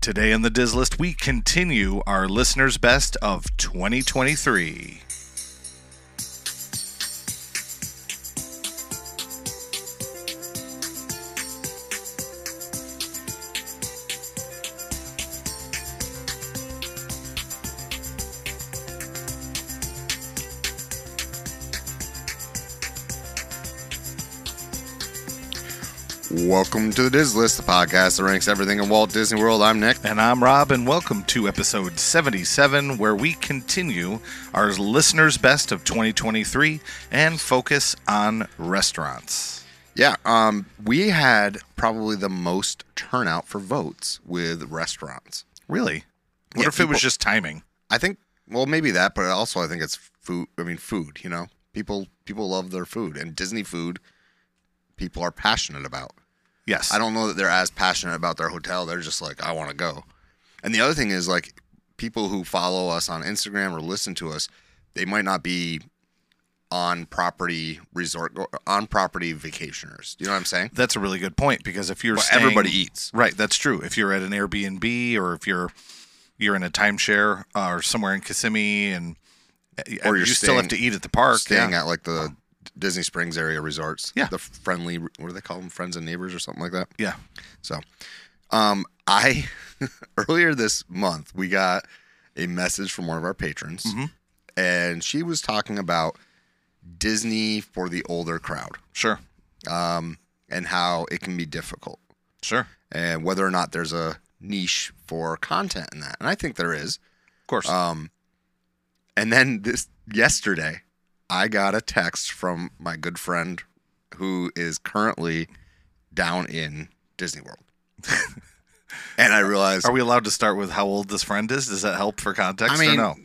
Today in the Diz List, we continue our listeners' best of 2023. Welcome to the Diz List, the podcast that ranks everything in Walt Disney World. I'm Nick. And I'm Rob, and welcome to episode 77, where we continue our listeners' best of 2023 and focus on restaurants. Yeah, um, we had probably the most turnout for votes with restaurants. Really? What Yeah, if it was people- just timing? I think, well, maybe that, but also I think it's food. I mean, food. You know, people people love their food, and Disney food, people are passionate about. Yes. I don't know that they're as passionate about their hotel. They're just like, I want to go. And the other thing is like people who follow us on Instagram or listen to us, they might not be on property resort on property vacationers. You know what I'm saying? That's a really good point because if you're But staying- everybody eats. right, that's true. If you're at an Airbnb or if you're you're in a timeshare uh, or somewhere in Kissimmee, and uh, Or you you're still have to staying- eat at the park. Staying yeah. at like the Disney Springs area resorts. Yeah. The friendly what do they call them? Friends and neighbors or something like that. yeah, So, um, I earlier this month we got a message from one of our patrons, and she was talking about Disney for the older crowd sure, and how it can be difficult, sure, of and whether or not there's a niche for content in that. And I think there is. course. Um, and then this yesterday, I got a text from my good friend who is currently down in Disney World. and I realized Are we allowed to start with how old this friend is? Does that help for context I or mean, no?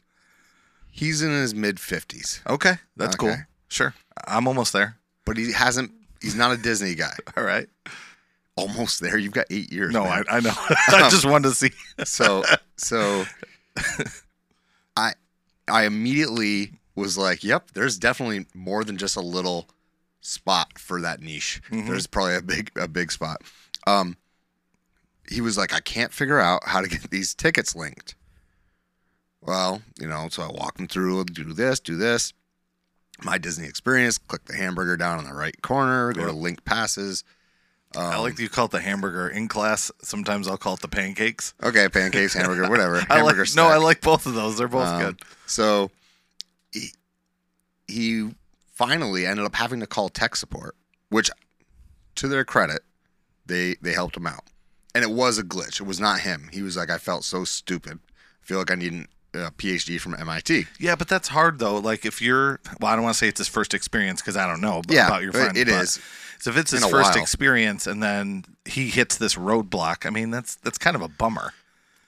he's in his mid 50s, Okay, that's cool. okay. Sure, I'm almost there. but he hasn't, he's not a Disney guy. All right. Almost there. You've got eight years. No, I, man. I know. Um, I just wanted to see. so, so I, I immediately was like, yep, there's definitely more than just a little spot for that niche. Mm-hmm. There's probably a big, a big spot. Um, he was like, I can't figure out how to get these tickets linked. Well, you know, so I walked him through, do this, do this. My Disney experience, click the hamburger down in the right corner, go to link passes. Um, I like that you call it the hamburger in class. Sometimes I'll call it the pancakes. Okay, pancakes, hamburger, whatever. I like, hamburger no, snack. I like both of those. They're both Um, good. So he, he finally ended up having to call tech support, which to their credit, they they helped him out. And it was a glitch. It was not him. He was like, I felt so stupid. I feel like I need uh, a PhD from MIT. Yeah, but that's hard though. Like if you're, well, I don't want to say it's his first experience because I don't know b- Yeah, about your friend. it but- is. So if it's his Been a first while. experience and then he hits this roadblock, I mean that's that's kind of a bummer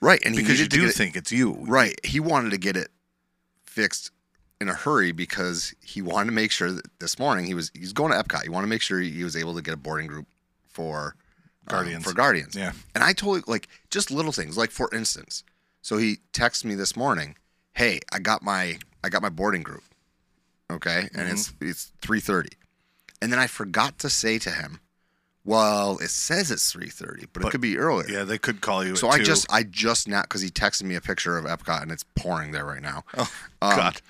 Right. And he because you needed to do get it- think it's you. Right. He wanted to get it fixed in a hurry because he wanted to make sure that this morning he was he's going to Epcot. He wanted to make sure he was able to get a boarding group for uh, Guardians. for Guardians. Yeah. And I totally like just little things. Like for instance, so he texts me this morning, "Hey, I got my I got my boarding group." Okay? Mm-hmm. And it's it's 3:30. And then I forgot to say to him, "Well, it says it's 3:30, but, But- it could be earlier." Yeah, they could call you. So at I two. just I just now because he texted me a picture of Epcot and it's pouring there right now. oh Um, god,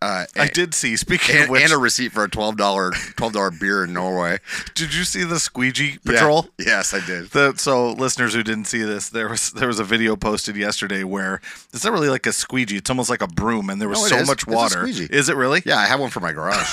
Uh, I and, did see. Speaking and, of which, and a receipt for a twelve dollar twelve dollar beer in Norway. did you see the squeegee Yeah. patrol? Yes, I did. The, so listeners who didn't see this, there was there was a video posted yesterday where it's not really like a squeegee. It's almost like a broom, and there was No, it so is. much It's a water. squeegee. Is it really? Yeah, I have one for my garage.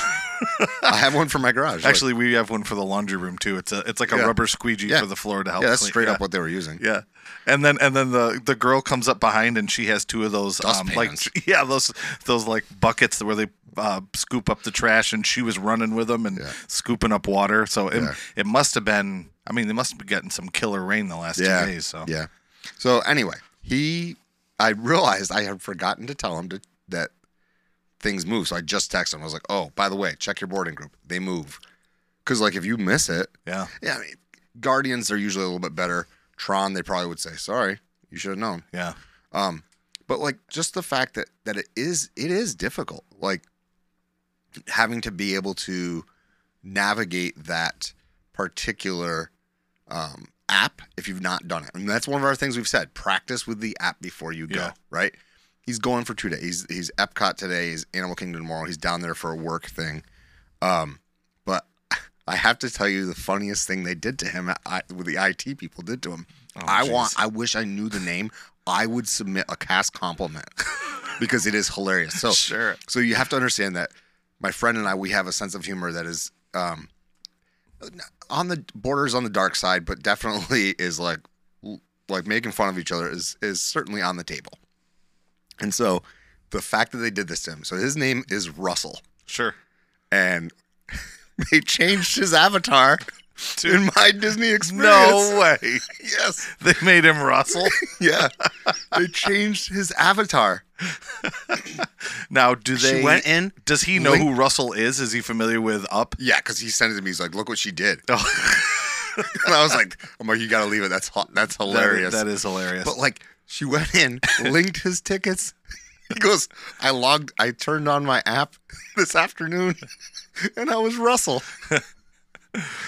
I have one for my garage. Look. Actually, we have one for the laundry room too. It's a it's like a Yeah. rubber squeegee Yeah. for the floor to help. yeah, that's clean- straight up yeah. what they were using. Yeah, and then and then the the girl comes up behind and she has two of those um, like Dustpans. yeah those those like buckets where they uh, scoop up the trash and she was running with them and Yeah. scooping up water. So it Yeah. it must have been. I mean, they must have been getting some killer rain the last Yeah, two days. So yeah. So anyway, he, I realized I had forgotten to tell him to, that things move. So I just texted him. I was like, oh, by the way, check your boarding group. They move. Because like if you miss it, yeah. yeah, I mean, Guardians are usually a little bit better. Tron, they probably would say, sorry, you should have known. yeah. Um, but like just the fact that that it is it is difficult, like having to be able to navigate that particular um, app if you've not done it. And that's one of our things we've said. Practice with the app before you go, Yeah. right? He's going for two days. He's he's Epcot today, he's Animal Kingdom tomorrow, he's down there for a work thing. Um, but I have to tell you the funniest thing they did to him I, with the IT people did to him. I Oh, jeez. want I wish I knew the name. I would submit a cast compliment because it is hilarious. So Sure. so you have to understand that my friend and I, we have a sense of humor that is um, on the borders on the dark side, but definitely is like like making fun of each other is is certainly on the table. And so the fact that they did this to him, so his name is Russell, Sure. and they changed his avatar in my Disney experience. No way. Yes. They made him Russell. Yeah. they changed his avatar. Now, do She they? went in, Does he know link- who Russell is? Is he familiar with Up? Yeah, because he sent it to me. He's like, "Look what she did." Oh, And I was like, I'm like, you gotta leave it. That's hot. That's that- hilarious. that is hilarious. but like, she went in, linked his tickets. He goes, I logged, I turned on my app this afternoon, and I was Russell.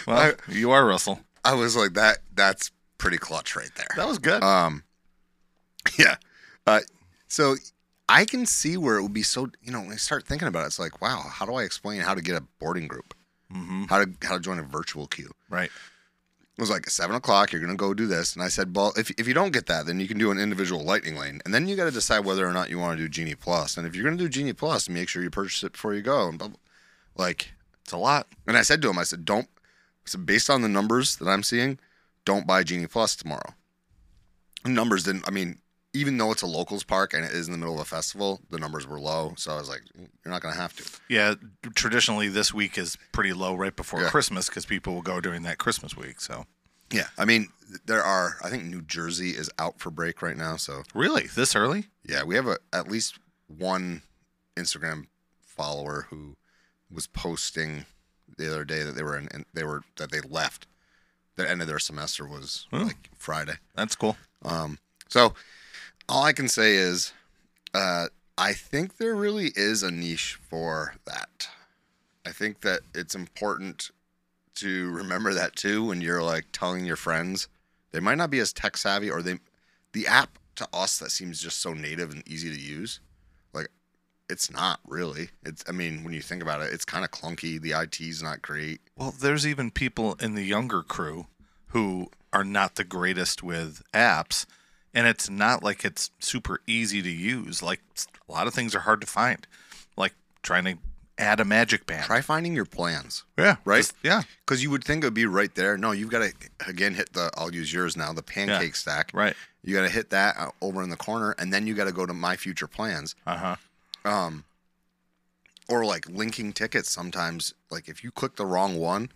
well, you are Russell. I was like, that. That's pretty clutch right there. That was good. Um, yeah. Uh, so I can see where it would be so. You know, when I start thinking about it, it's like, wow, how do I explain how to get a boarding group? hmm How to how to join a virtual queue? Right. It was like seven o'clock. You're gonna go do this, and I said, "Well, if, if you don't get that, then you can do an individual lightning lane, and then you got to decide whether or not you want to do Genie Plus. And if you're gonna do Genie Plus, make sure you purchase it before you go." And blah, blah. like, It's a lot. and I said to him, "I said, don't. So based on the numbers that I'm seeing, don't buy Genie Plus tomorrow. Numbers didn't. I mean, even though it's a locals park and it is in the middle of a festival, the numbers were low. So I was like, you're not gonna have to. Yeah. Traditionally, this week is pretty low right before Yeah. Christmas because people will go during that Christmas week. So Yeah. I mean, there are. I think New Jersey is out for break right now, so." really, this early? Yeah, we have a, at least one Instagram follower who was posting the other day that they were in, and they were that they left. The end of their semester was Oh. like Friday. That's cool. Um, so all I can say is, uh, I think there really is a niche for that. I think that it's important to remember that too when you're like telling your friends. They might not be as tech savvy, or they, the app to us that seems just so native and easy to use, like it's not really. It's I mean when you think about it, it's kind of clunky. The IT's not great. Well, there's even people in the younger crew who are not the greatest with apps, and it's not like it's super easy to use. Like a lot of things are hard to find, like trying to add a magic band. Try finding your plans. Yeah. Right? just- yeah. Because you would think it would be right there. No, you've got to again hit the. I'll use yours now. The pancake stack. Right. You got to hit that uh, over in the corner, and then you got to go to my future plans. Uh huh. Um, or like linking tickets. Sometimes, like if you click the wrong one,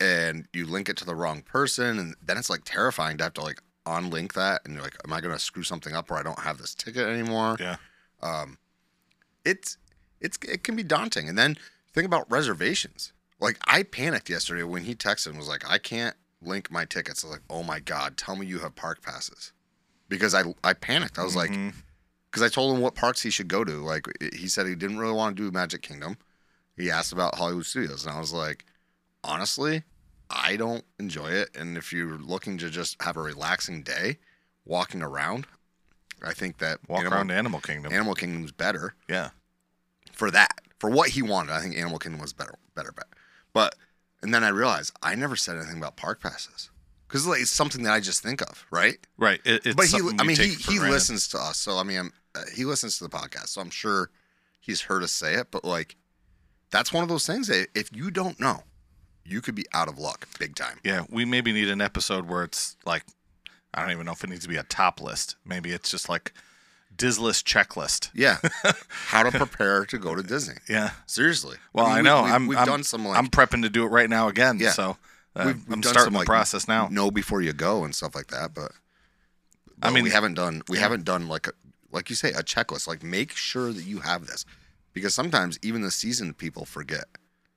and you link it to the wrong person, and then it's like terrifying to have to like unlink that, and you're like, am I going to screw something up where I don't have this ticket anymore? Yeah. um, it's it's it can be daunting. And then think about reservations. Like I panicked yesterday when he texted and was like, "I can't link my tickets." I was like, "Oh my god, tell me you have park passes," because I I panicked. I was like, Mhm. because I told him what parks he should go to. Like he said he didn't really want to do Magic Kingdom. He asked about Hollywood Studios, and I was like, honestly, I don't enjoy it. And if you're looking to just have a relaxing day, walking around, I think that walk Animal- around Animal Kingdom. Animal Kingdom's better yeah. for that for what he wanted. I think Animal Kingdom was better better bet. But and then I realized I never said anything about park passes because like, it's something that I just think of, right? Right. It, it's but he, something I we mean, he, take for he granted. listens to us, so I mean, I'm, uh, he listens to the podcast, so I'm sure he's heard us say it. But like, that's one of those things that if you don't know, you could be out of luck big time. Yeah, we maybe need an episode where it's like, I don't even know if it needs to be a top list. Maybe it's just like Dizlist checklist. Yeah, how to prepare to go to Disney? Yeah. Seriously. Well, I, mean, we- know. we- I'm, we've I'm- done some like I'm prepping to do it right now again. Yeah. So uh, We've- we've I'm done starting some, the like, process now. know before you go and stuff like that. But, I I mean- mean, we haven't done we Yeah. haven't done like a, like you say a checklist. Like make sure that you have this because sometimes even the seasoned people forget.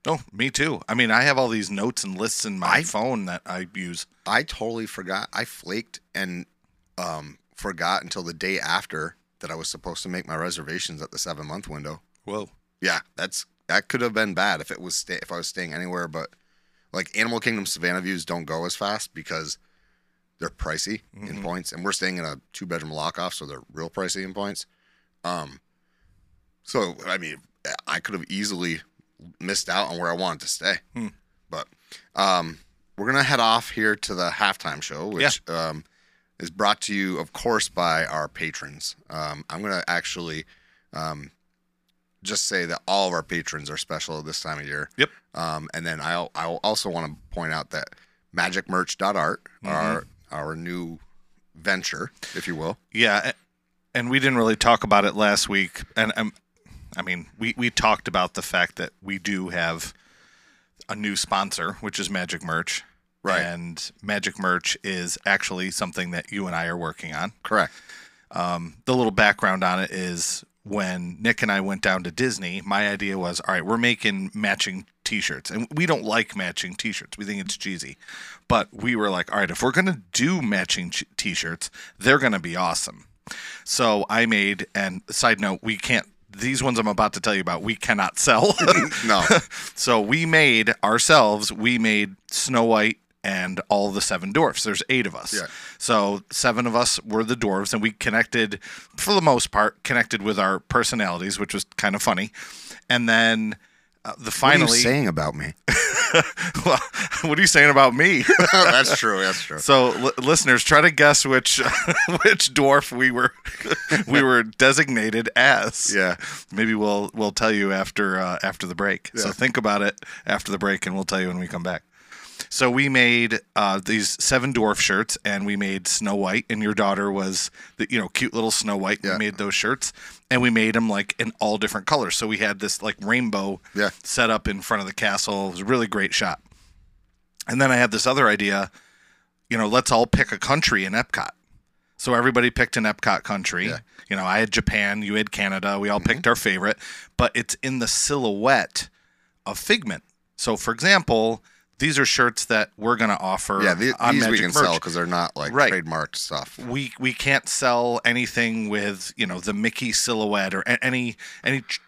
Oh, me too. I mean, I have all these notes and lists in my I- phone that I use. I totally forgot. I flaked and um, forgot until the day after that I was supposed to make my reservations at the seven month window. Whoa. Yeah, that's that could have been bad if it was sta if I was staying anywhere but like Animal Kingdom Savannah views don't go as fast because they're pricey in points, and we're staying in a two bedroom lock off, so they're real pricey in points. Um, so I mean, I could have easily missed out on where I wanted to stay, but um, we're gonna head off here to the halftime show, which um, is brought to you, of course, by our patrons. Um, I'm gonna actually um, just say that all of our patrons are special this time of year. Yep. Um, and then I I also want to point out that magicmerch.art, Mm-hmm. our our new venture, if you will. Yeah, a- and we didn't really talk about it last week. And um, I mean, we we talked about the fact that we do have a new sponsor, which is Magic Merch. Right. And Magic Merch is actually something that you and I are working on. Correct. The little background on it is when Nick and I went down to Disney, my idea was, all right, we're making matching t-shirts. And we don't like matching t-shirts. We think it's cheesy. But we were like, all right, if we're going to do matching ch- t-shirts, they're going to be awesome. So I made and side note, we can't these ones I'm about to tell you about, we cannot sell. No. so we made ourselves we made snow white and all the seven dwarfs there's eight of us Yeah. so seven of us were the dwarves and we connected for the most part connected with our personalities which was kind of funny and then uh, the finally What are you saying about me? Well, what are you saying about me that's true. That's true. so li- listeners try to guess which which dwarf we were we were designated as Yeah. maybe we'll we'll tell you after uh, after the break. So think about it after the break, and we'll tell you when we come back. So we made uh, these seven dwarf shirts, and we made Snow White, and your daughter was the you know cute little Snow White. Yeah. We made those shirts, and we made them like in all different colors. So we had this like rainbow Yeah. set up in front of the castle. It was a really great shot. And then I had this other idea, you know, let's all pick a country in Epcot. So everybody picked an Epcot country. You know, I had Japan, you had Canada. We all picked Mm-hmm. our favorite, but it's in the silhouette of Figment. So, for example, these are shirts that we're going to offer. Yeah, the, on these we Magic can Merch. sell because they're not like Right. trademarked stuff. We we can't sell anything with you know the Mickey silhouette or a- any any tr-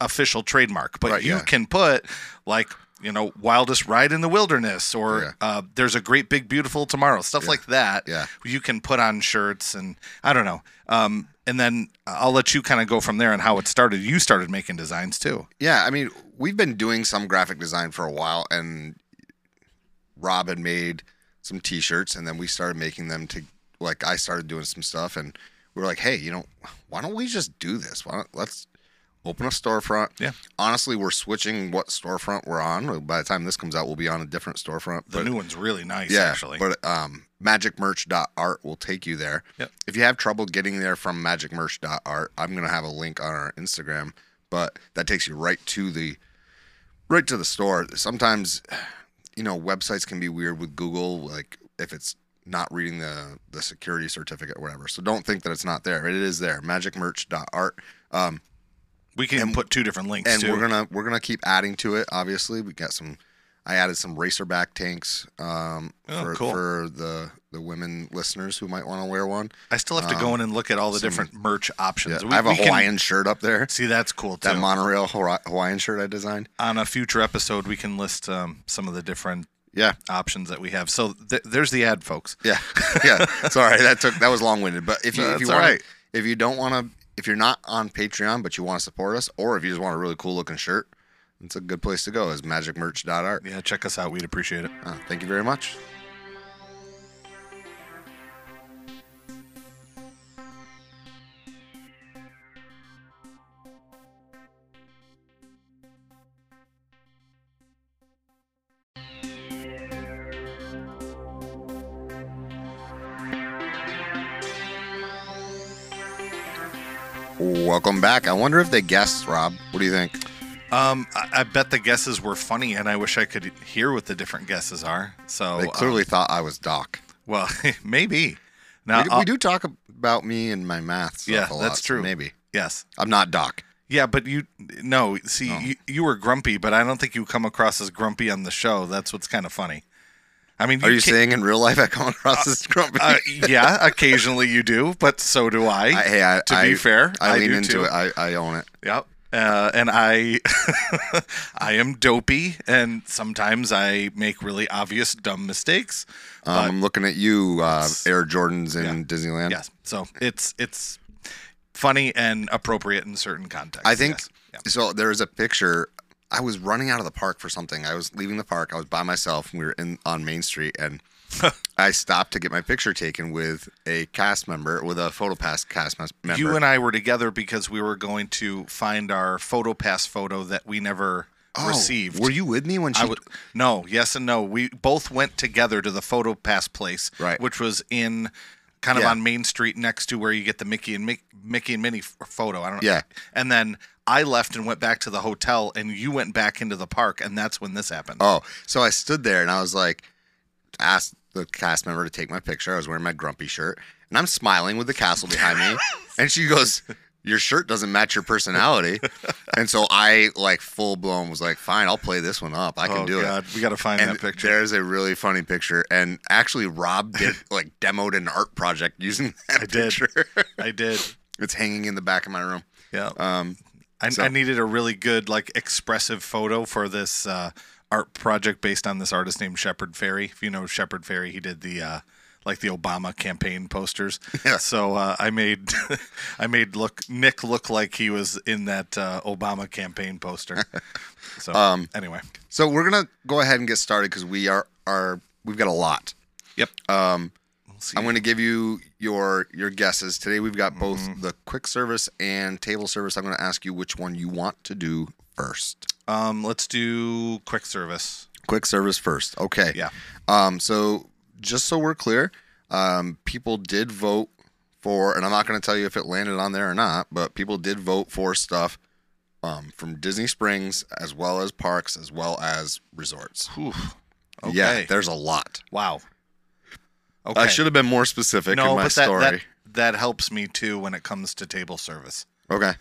official trademark, but Right, you yeah. can put like you know wildest ride in the wilderness or Yeah. uh, there's a great big beautiful tomorrow stuff like that. Yeah. you can put on shirts and I don't know. Um, and then I'll let you kind of go from there and how it started. You started making designs too. Yeah, I mean, we've been doing some graphic design for a while, and Rob had made some T-shirts, and then we started making them to like I started doing some stuff, and we were like, hey, you know, why don't we just do this? Why don't let's open a storefront? Yeah. Honestly, we're switching what storefront we're on. By the time this comes out, we'll be on a different storefront. The new one's really nice, yeah, actually. But um, magicmerch.art will take you there. Yep. If you have trouble getting there from magicmerch.art, I'm gonna have a link on our Instagram, but that takes you right to the right to the store. Sometimes, you know, websites can be weird with Google, like if it's not reading the the security certificate or whatever. So don't think that it's not there. It is there. Magicmerch.art. Um, we can put two different links and too. we're gonna we're gonna keep adding to it. Obviously, we got some. I added some racerback tanks um, Oh, for cool. for the the women listeners who might want to wear one. I still have to um, go in and look at all the different merch options. We- I have a we can- Hawaiian shirt up there. see, that's cool too. That monorail Hawai- Hawaiian shirt I designed. On a future episode, we can list um, some of the different Yeah, options that we have. So th- there's the ad, folks. yeah, yeah. Sorry, that took that was long winded. But if you No, if you that's want all right. if you don't want to if you're not on Patreon but you want to support us, or if you just want a really cool looking shirt, it's a good place to go. Is magicmerch.art. Yeah, check us out. We'd appreciate it. Uh, thank you very much. Welcome back. I wonder if they guessed, Rob. What do you think? Um, I-, I bet the guesses were funny, and I wish I could hear what the different guesses are. So They uh, clearly thought I was Doc. well, maybe. Now, uh, we, do, I'll- we do talk about me and my math. Stuff Yeah, a lot, that's so true. maybe yes, I'm not Doc. yeah, but you no. See, Oh. You, you were grumpy, but I don't think you come across as grumpy on the show. That's what's kind of funny. I mean, Are you can't- saying in real life I come across as grumpy? Uh, yeah, occasionally you do, but so do I. I- hey, I, to I- be fair, I, lean do into too. it. I, I own it. Yep. Uh, and I, I am dopey, and sometimes I make really obvious dumb mistakes. Um, I'm looking at you, uh, Air Jordans in Disneyland. Yes, so it's it's funny and appropriate in certain contexts. I think yes. Yeah. so. There is a picture. I was running out of the park for something. I was leaving the park. I was by myself. And we were in on Main Street, and I stopped to get my picture taken with a cast member, with a PhotoPass cast mes- member. You and I were together because we were going to find our photo pass photo that we never Oh, received. Were you with me when she? I would, no, yes and no. We both went together to the photo pass place, Right. which was in kind of Yeah. on Main Street next to where you get the Mickey and Mickey, Mickey and Minnie f- photo. I don't know. Yeah. And then I left and went back to the hotel, and you went back into the park, and that's when this happened. Oh, so I stood there and I was like, asked the cast member to take my picture. I was wearing my grumpy shirt and I'm smiling with the castle behind me. and she goes, Your shirt doesn't match your personality. and so I, like, full blown was like, Fine, I'll play this one up. I can Oh, do it. God. We got to find And that picture. there's a really funny picture. And actually, Rob did like demoed an art project using that did. picture. I did. it's hanging in the back of my room. Yeah. Um, I, So- I needed a really good, like, expressive photo for this uh, art project based on this artist named Shepard Ferry. If you know Shepard Ferry, he did the uh, like the Obama campaign posters. Yeah. So uh, I made I made look Nick look like he was in that uh, Obama campaign poster. So Um, anyway, so we're gonna go ahead and get started because we are are we've got a lot. yep. Um, We'll see. I'm going to give you your your guesses today. We've got both the quick service and table service. I'm going to ask you which one you want to do first. Um, let's do quick service. Quick service first. Okay. Yeah. Um. So just so we're clear, um, people did vote for, and I'm not going to tell you if it landed on there or not, but people did vote for stuff. Um, from Disney Springs as well as parks as well as resorts. Whew. Okay. Yeah, there's a lot. wow. Okay. I should have been more specific no, in my but that, story. that that helps me too when it comes to table service. okay.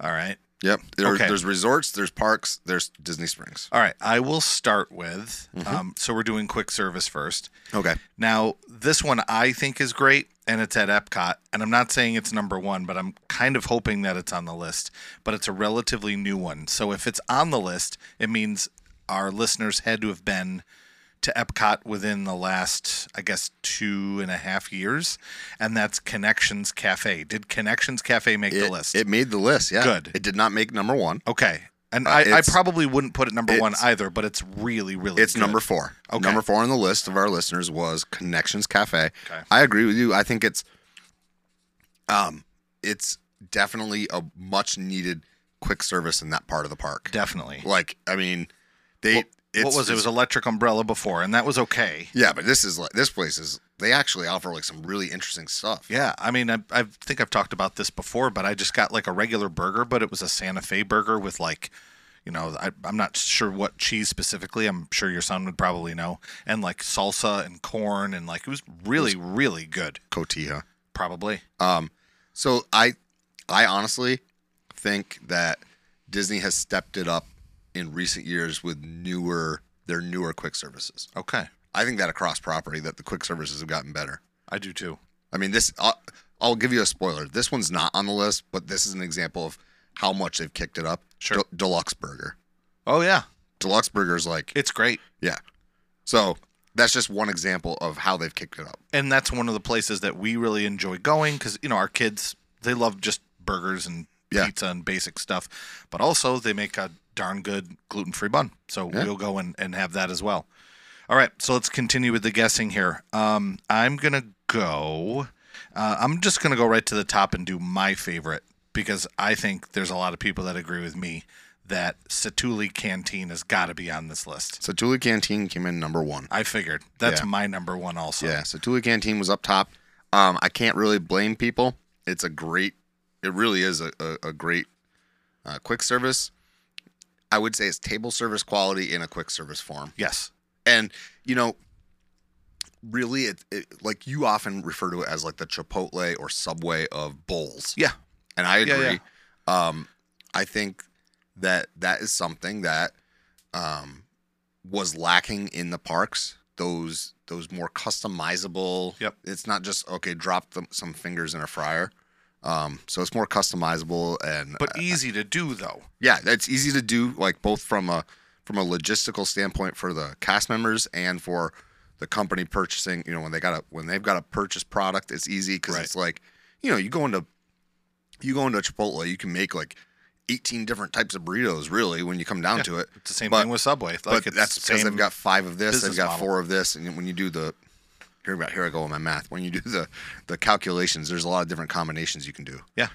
All right. Yep. There, Okay. There's resorts, there's parks, there's Disney Springs. All right, I will start with. Mm-hmm. Um, so we're doing quick service first. Okay. Now, this one I think is great, and it's at Epcot. And I'm not saying it's number one, but I'm kind of hoping that it's on the list. But it's a relatively new one. So if it's on the list, it means our listeners had to have been to Epcot within the last, I guess, two and a half years. And that's Connections Cafe. Did Connections Cafe make the It, list? it made the list. Yeah. Good. It did not make number one. okay. And I, I uh, it's- probably wouldn't put it number one it's- either, but it's really, really It's good. number four. Okay. Number four on the list of our listeners was Connections Cafe. Okay. I agree with you. I think it's, um, it's definitely a much needed quick service in that part of the park. Definitely. Like, I mean, they. it's, what was it? It was Electric Umbrella before, and that was okay. yeah, but this is like this place is they actually offer like some really interesting stuff. Yeah, I mean, I, I think I've talked about this before, but I just got like a regular burger, but it was a Santa Fe burger with like, you know, I, I'm not sure what cheese specifically. I'm sure your son would probably know, and like salsa and corn, and like it was really, really good. Cotija. Probably. Um, so I, I honestly think that Disney has stepped it up in recent years with newer their newer quick services. Okay, I think that across property that the quick services have gotten better. I do too. I mean, this I'll, I'll give you a spoiler. This one's not on the list, but this is an example of how much they've kicked it up. Sure. De- Deluxe Burger. Oh yeah, Deluxe Burger is like it's great, yeah. So that's just one example of how they've kicked it up. and that's one of the places that we really enjoy going because you know our kids they love just burgers and Yeah. pizza and basic stuff, but also they make a darn good gluten free bun. So Yeah. we'll go and, and have that as well. All right, so let's continue with the guessing here. Um, I'm gonna go. Uh, I'm just gonna go right to the top and do my favorite because I think there's a lot of people that agree with me that Satuli Canteen has got to be on this list. So Tula Canteen came in number one. I figured that's Yeah. my number one also. Yeah, so Tula Canteen was up top. Um, I can't really blame people. It's a great, it really is a, a, a great uh, quick service. I would say it's table service quality in a quick service form. Yes. And, you know, really, it, it like you often refer to it as like the Chipotle or Subway of bowls. Yeah. And I agree. Yeah, Um, I think that that is something that um, was lacking in the parks. Those those more customizable. Yep. It's not just okay. Drop them, some fingers in a fryer. Um, so it's more customizable and but easy to do though. yeah, that's easy to do. Like both from a from a logistical standpoint for the cast members and for the company purchasing. You know, when they got to when they've got to purchase product, it's easy because Right. it's like you know you go into you go into Chipotle, you can make like eighteen different types of burritos. Really, when you come down to it, It's the same But- thing with Subway. Like but it's that's the because same, they've got five of this, they've business got model. four of this, and when you do the here, we go- here I go with my math. When you do the the calculations, there's a lot of different combinations you can do. yeah.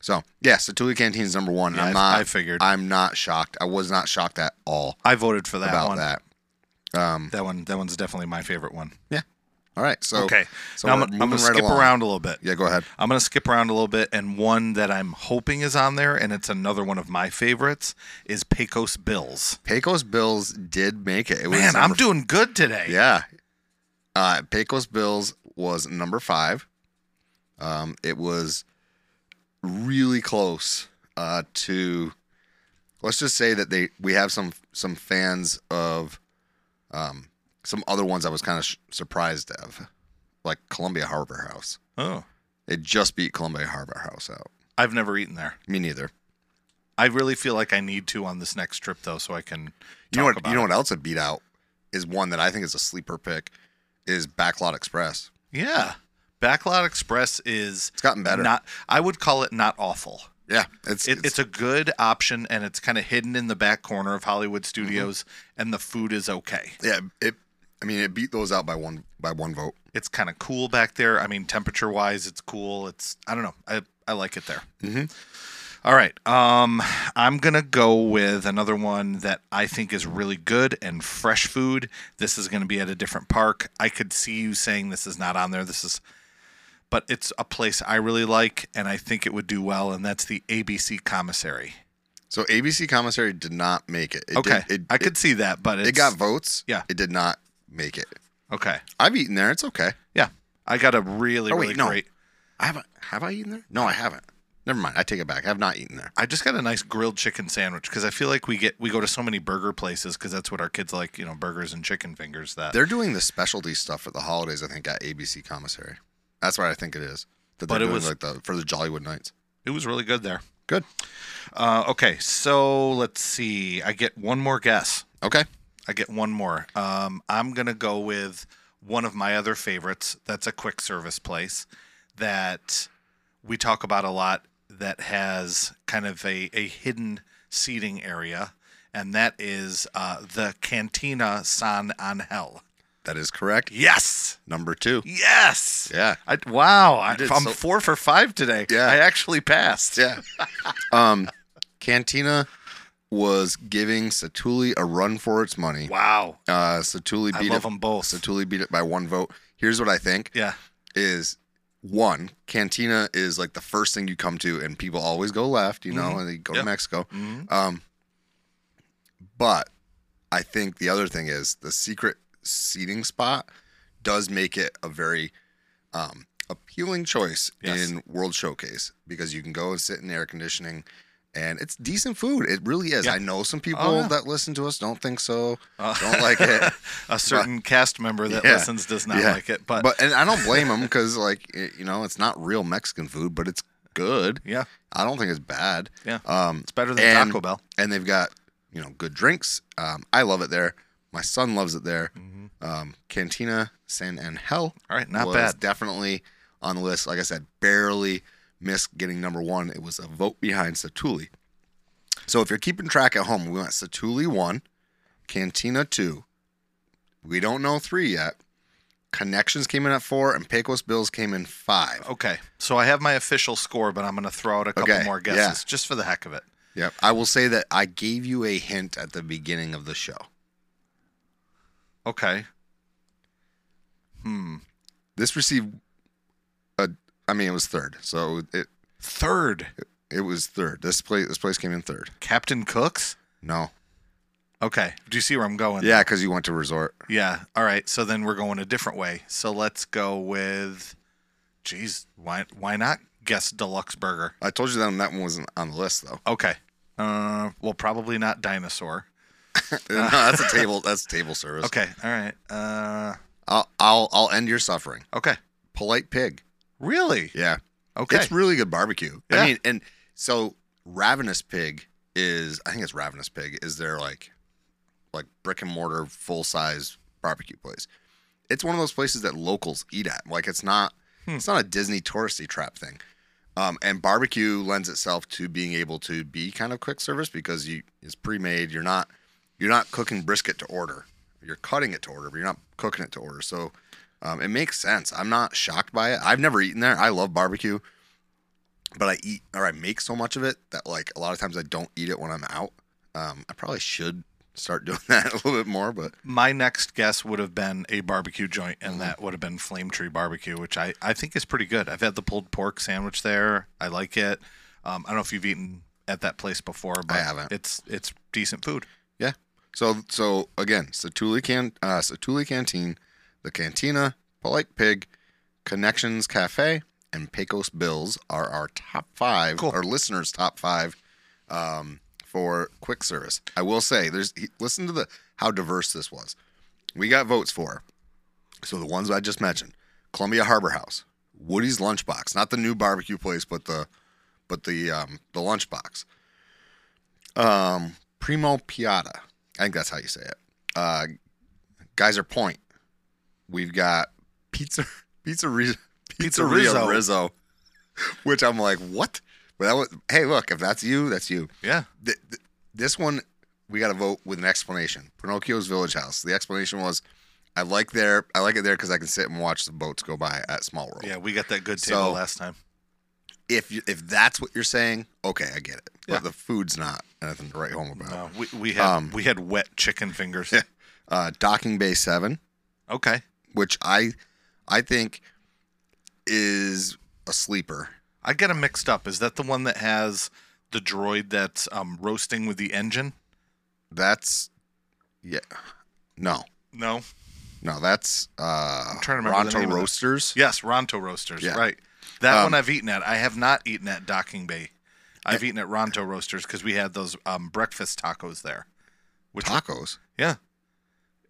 So yes, the Tula Canteen is number one. and Yeah, I'm I- not. I figured. I'm not shocked. I was not shocked at all I voted for that about one. that. That one. That one's definitely my favorite one. Yeah. All right. So okay. So now I'm, we're gonna- I'm moving gonna right skip along. around a little bit. Yeah. Go ahead. I'm gonna skip around a little bit, and one that I'm hoping is on there, and it's another one of my favorites, is Pecos Bills. Pecos Bills did make it. it was Man, number I'm f- doing good today. Yeah. Uh, Pecos Bills was number five. Um, it was really close uh, to. Let's just say that they we have some some fans of um, some other ones. I was kind of sh- surprised of, like Columbia Harbor House. Oh, It just beat Columbia Harbor House out. I've never eaten there. Me neither. I really feel like I need to on this next trip though, so I can. You know what? talk About You know it. what else it beat out is one that I think is a sleeper pick, is Backlot Express. Yeah. Backlot Express is it's gotten better. Not, I would call it not awful. Yeah, it's It, it's a good option, and it's kind of hidden in the back corner of Hollywood studios, Mm-hmm. and the food is okay. yeah. It. I mean, it beat those out by one by one vote. It's kind of cool back there. I mean, temperature wise, it's cool. It's I don't know. I I like it there. Mhm. All right. Um, I'm gonna go with another one that I think is really good and fresh food. This is gonna be at a different park. I could see you saying this is not on there. This is, but it's a place I really like, and I think it would do well. And that's the ABC Commissary. So ABC commissary did not make it. it Okay, did, it, I could see that, but It, it's, it got votes. yeah. it did not make it. okay. I've eaten there. It's okay. Yeah, I got a really Oh, wait, really no. great. I haven't. Have I eaten there? No, I haven't. Never mind. I take it back. I have not eaten there. I just got a nice grilled chicken sandwich because I feel like we get we go to so many burger places because that's what our kids like, you know, burgers and chicken fingers. That They're doing the specialty stuff for the holidays. I think at ABC commissary. That's what I think it is. That But they're it doing was- like the for the Jollywood nights. it was really good there. Good. Uh, okay, so let's see. I get one more guess. Okay. I get one more. Um, I'm gonna go with one of my other favorites. That's a quick service place that we talk about a lot. That has kind of a, a hidden seating area, and that is uh, the Cantina San Angel. That is correct. Yes. Number two. Yes. Yeah. I, wow. I, did I'm so- four for five today. Yeah. I actually passed. Yeah. um, Cantina was giving Satuli a run for its money. Wow. Uh, Satuli I beat love it. them both. Satuli beat it by one vote. Here's what I think yeah. is one Cantina is like the first thing you come to, and people always go left, you know, and they go Yep. to Mexico. Mhm. Um, but I think the other thing is the secret seating spot does make it a very um, appealing choice Yes. in World Showcase because you can go and sit in air conditioning and it's decent food. It really is. Yeah. I know some people Oh, yeah. that listen to us don't think so, Uh, don't like it. A certain cast member that Yeah. listens does not Yeah. like it, but, But and I don't blame them because like it, you know it's not real Mexican food, but it's good. yeah, I don't think it's bad. Yeah. Um, it's better than And- Taco Bell. and they've got you know good drinks. Um, I love it there. My son loves it there. Um, Cantina San Angel. All right, Mm-hmm. not was bad. Definitely on the list. Like I said, barely missed getting number one. It was a vote behind Satuli. So if you're keeping track at home, we went Satuli one, Cantina two. We don't know three yet. Connections came in at four, and Pecos Bills came in five. Okay, so I have my official score, but I'm going to throw out a couple Okay, more yeah. guesses just for the heck of it. Yep. I will say that I gave you a hint at the beginning of the show. Okay. Hmm. This received a I mean it was third. So it Third, it was third. This place this place came in third. Captain Cooks. No. Okay. Do you see where I'm going? Yeah, because you went to resort. Yeah. All right. So then we're going a different way. So let's go with, geez, why why not guess deluxe burger? I told you that that one wasn't on the list though. Okay. Uh, well, probably not dinosaur. no, that's a table that's table service. Okay. All right. Uh, I'll I'll I'll end your suffering. okay. Polite pig. Really? Yeah. Okay. It's really good barbecue. Yeah. I mean, and so Ravenous Pig is I think it's Ravenous Pig is their like like brick and mortar full size barbecue place. It's one of those places that locals eat at. Like it's not it's not a Disney touristy trap thing. Um, and barbecue lends itself to being able to be kind of quick service because you it's pre-made. You're not you're not cooking brisket to order. You're cutting it to order, but you're not cooking it to order. So um, it makes sense. I'm not shocked by it. I've never eaten there. I love barbecue, but I eat or I make so much of it that like a lot of times I don't eat it when I'm out. Um, I probably should start doing that a little bit more, but my next guess would have been a barbecue joint, and that would have been Flame Tree Barbecue, which I, I think is pretty good. I've had the pulled pork sandwich there. I like it. Um, I don't know if you've eaten at that place before, but haven't. it's it's decent food. Yeah. So so again, Satuli can uh, Satuli Canteen, the Cantina, Polite Pig, Connections Cafe, and Pecos Bills are our top five, Cool. our listeners' top five, um, for quick service. I will say, there's he- listen to the how diverse this was. We got votes for. So the ones I just mentioned, Columbia Harbor House, Woody's Lunchbox, not the new barbecue place, but the but the um, the lunchbox. Um, Primo Piata. I think that's how you say it. Uh, Geyser Point. We've got pizza, pizza, Rizzo, Pizza pizza Rizzo. Rizzo. Rizzo, which I'm like, what? But that was, hey, look, if that's you, that's you. Yeah. Th- th- this one, we got to vote with an explanation. Pinocchio's Village House. The explanation was, I like there, I like it there because I can sit and watch the boats go by at Small World. Yeah, we got that good So- table last time. If you, if that's what you're saying, okay, I get it. Yeah. But the food's not anything to write home about. No, Uh, we, we had uh, Um, we had wet chicken fingers. Yeah. uh, Docking Bay Seven, Okay. which I I think is a sleeper. I get them mixed up. Is that the one that has the droid that's um, roasting with the engine? That's yeah, no, No. no, that's uh, trying to remember the Ronto name of it. Roasters. Yes, Ronto Roasters. Yeah. Right. That Um, one I've eaten at. I have not eaten at Docking Bay. I've eaten at Ronto Roasters because we had those um, breakfast tacos there. Which Tacos yeah,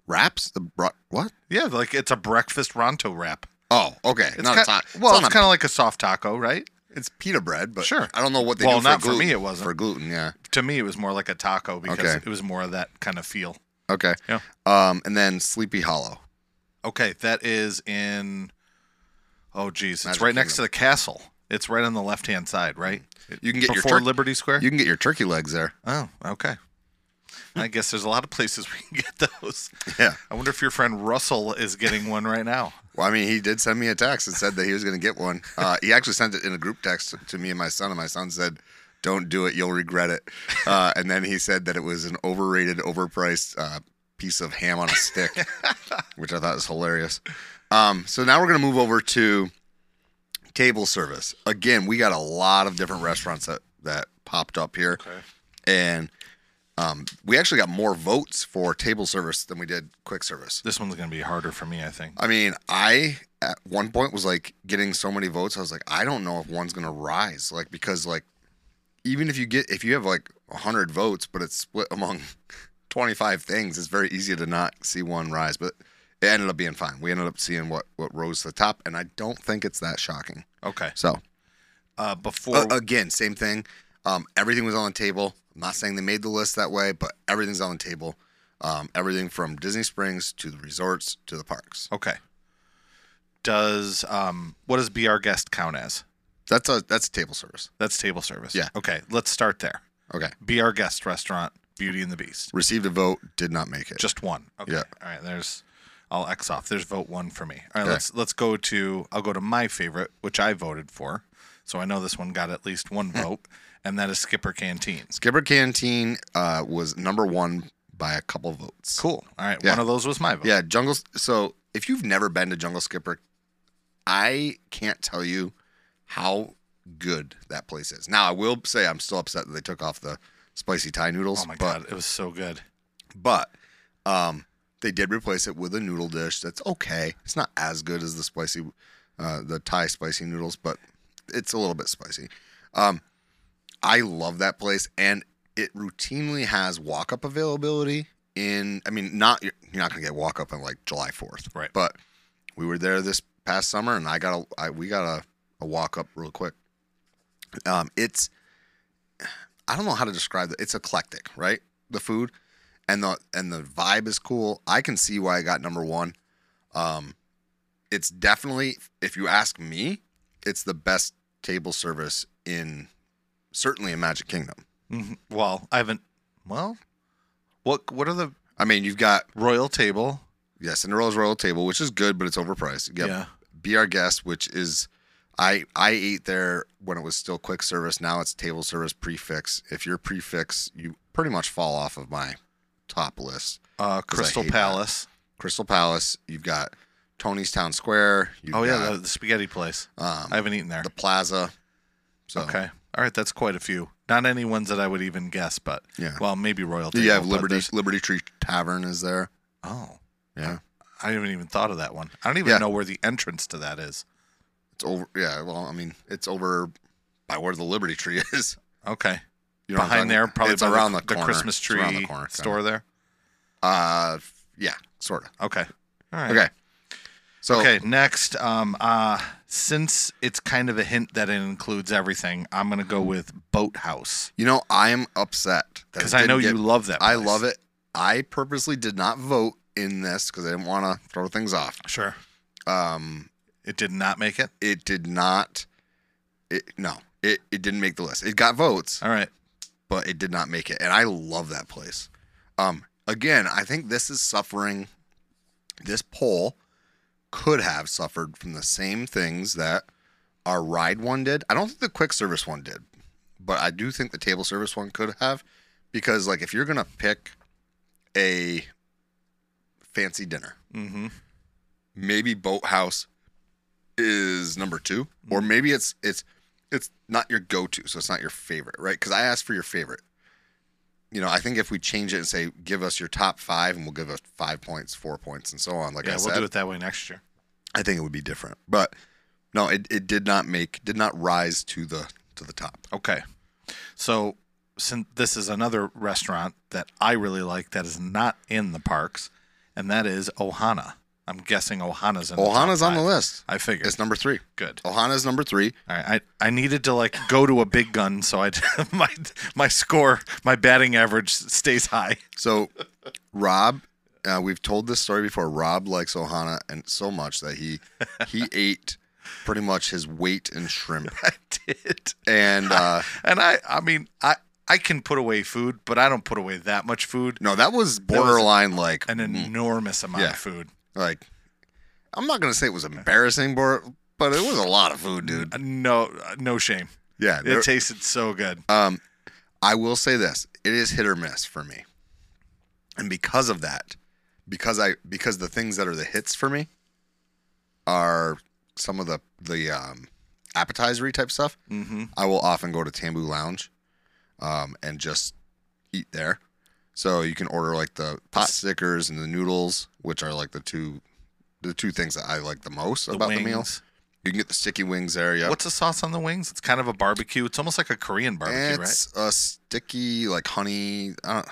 wraps the bro- what? yeah, like it's a breakfast Ronto wrap. Oh, okay, It's not ki- a ta- well, it's, it's kind of like a soft taco, right? of it's pita bread, but Sure. I don't know what they Well, do. not for, for me, gluten- it wasn't. for gluten. Yeah, To me, it was more like a taco because Okay. it was more of that kind of feel. okay, Yeah. Um, and then Sleepy Hollow. Okay, that is in. Oh, geez, it's Magic right next to Kingdom. the castle. It's right on the left-hand side, right? You can get before your tur- Liberty Square. you can get your turkey legs there. oh, okay. I guess there's a lot of places we can get those. Yeah. I wonder if your friend Russell is getting one right now. Well, I mean, he did send me a text and said that he was going to get one. Uh, he actually sent it in a group text to me and my son, and my son said, "Don't do it; you'll regret it." Uh, and then he said that it was an overrated, overpriced uh, piece of ham on a stick, which I thought was hilarious. Um, so now we're going to move over to table service. Again, we got a lot of different restaurants that that popped up here, and um, we actually got more votes for table service than we did quick service. This one's going to be harder for me, I think. I mean, I at one point was like getting so many votes. I was like, I don't know if one's gonna rise, like because like even if you get if you have like hundred votes, but it's split among twenty five things, it's very easy to not see one rise. But it ended up being fine. We ended up seeing what what rose to the top, and I don't think it's that shocking. Okay. So Uh, before uh, again, same thing. Um, everything was on the table. I'm not saying they made the list that way, but everything's on the table. Um, everything from Disney Springs to the resorts to the parks. Okay. Does um what does be our guest count as? That's a that's a table service. That's table service. Yeah. Okay, let's start there. Okay. Be our guest restaurant, Beauty and the Beast. Received a vote, did not make it. Just one. Okay. Yeah. All right. There's I'll X off. There's vote one for me. All right, Okay. let's let's go to I'll go to my favorite, which I voted for. So I know this one got at least one vote, and that is Skipper Canteens. Skipper Canteen uh, was number one by a couple votes. Cool. All right. Yeah. One of those was my vote. Yeah, Jungle. So if you've never been to Jungle Skipper, I can't tell you how good that place is. Now I will say I'm still upset that they took off the spicy Thai noodles. Oh my but, god, it was so good. But um, they did replace it with a noodle dish that's okay. It's not as good as the spicy, uh, the Thai spicy noodles, but it's a little bit spicy. Um, I love that place, and it routinely has walk up availability. In I mean, not you're you're not gonna get walk up on like July Fourth, Right. But we were there this past summer, and I got a I, we got a, a walk up real quick. Um, it's I don't know how to describe it. It's eclectic, right? The food and the and the vibe is cool. I can see why I got number one. Um, it's definitely, if you ask me, it's the best table service in certainly in Magic Kingdom. Mhm. Well, I haven't. Well, what what are the I mean, you've got royal table? yeah, Cinderella's Royal Table, which is good, but it's overpriced. You got Yeah. Be Our Guest, which is I I ate there when it was still quick service. Now it's table service prefix. If you're prefix, you pretty much fall off of my top list. Uh, Crystal hate that. Palace. Crystal Palace, you've got Tony's Town Square. You've Oh yeah, got, the, the spaghetti place. um, I haven't eaten there. the plaza. So Okay. All right, that's quite a few. Not any ones that I would even guess, but Yeah. Well, maybe Royal Table. you have but Liberty there's- Liberty Tree Tavern is there. Uh, Oh, Yeah, I haven't even thought of that one. I don't even Yeah. know where the entrance to that is. it's over. Yeah, well, I mean, it's over by where the Liberty Tree is. Okay. You know what Behind I'm talking- there, probably it's by around the, the, corner. Christmas It's tree around the corner, kinda. store there. Uh, yeah, sort of. Okay. All right. Okay. So Okay, next, um, uh, since it's kind of a hint that it includes everything, I'm gonna go with Boathouse you know, I am upset that it because I know didn't you get- love that. I place. love it. I purposely did not vote in this because I didn't want to throw things off. Sure, Um, it did not make it. it did not. It no, it it didn't make the list. It got votes, All right, but it did not make it. And I love that place. Um, again, I think this is suffering. This poll could have suffered from the same things that our ride one did. I don't think the quick service one did, but I do think the table service one could have because, like, if you're gonna pick a fancy dinner, mm-hmm. maybe Boathouse is number two, or Mm-hmm. maybe it's it's it's not your go-to, so it's not your favorite, right? Because I asked for your favorite. You know, I think if we change it and say, give us your top five, and we'll give us five points, four points, and so on. Like yeah, I we'll said, do it that way next year. I think it would be different, but no, it, it did not make did not rise to the to the top. Okay. So, since this is another restaurant that I really like that is not in the parks, and that is Ohana. I'm guessing Ohana's in the top Ohana's on the five. list. I figured. It's number three. Good. Ohana's number three. All right. I, I needed to like go to a big gun so I my my score, my batting average stays high. So, Rob, uh, we've told this story before. Rob likes Ohana and so much that he he ate pretty much his weight in shrimp. I did. And uh, And I I mean, I I can put away food, but I don't put away that much food. no, that was borderline like An enormous amount Mm-hmm. Yeah. of food. like I'm not gonna say it was embarrassing, bor- but it was a lot of food, dude. Uh, No uh, no shame. Yeah, there- It tasted so good. Um, I will say this: it is hit or miss for me, and because of that, because I because the things that are the hits for me are some of the the um, appetizery type stuff. Mhm. I will often go to Tambu Lounge, um, and just eat there. So you can order like the pot stickers and the noodles, which are like the two the two things that I like the most about the meal. wings. You can get the sticky wings there. Yeah, What's the sauce on the wings? It's kind of a barbecue. It's almost like a Korean barbecue, right? it's a sticky like honey. I don't,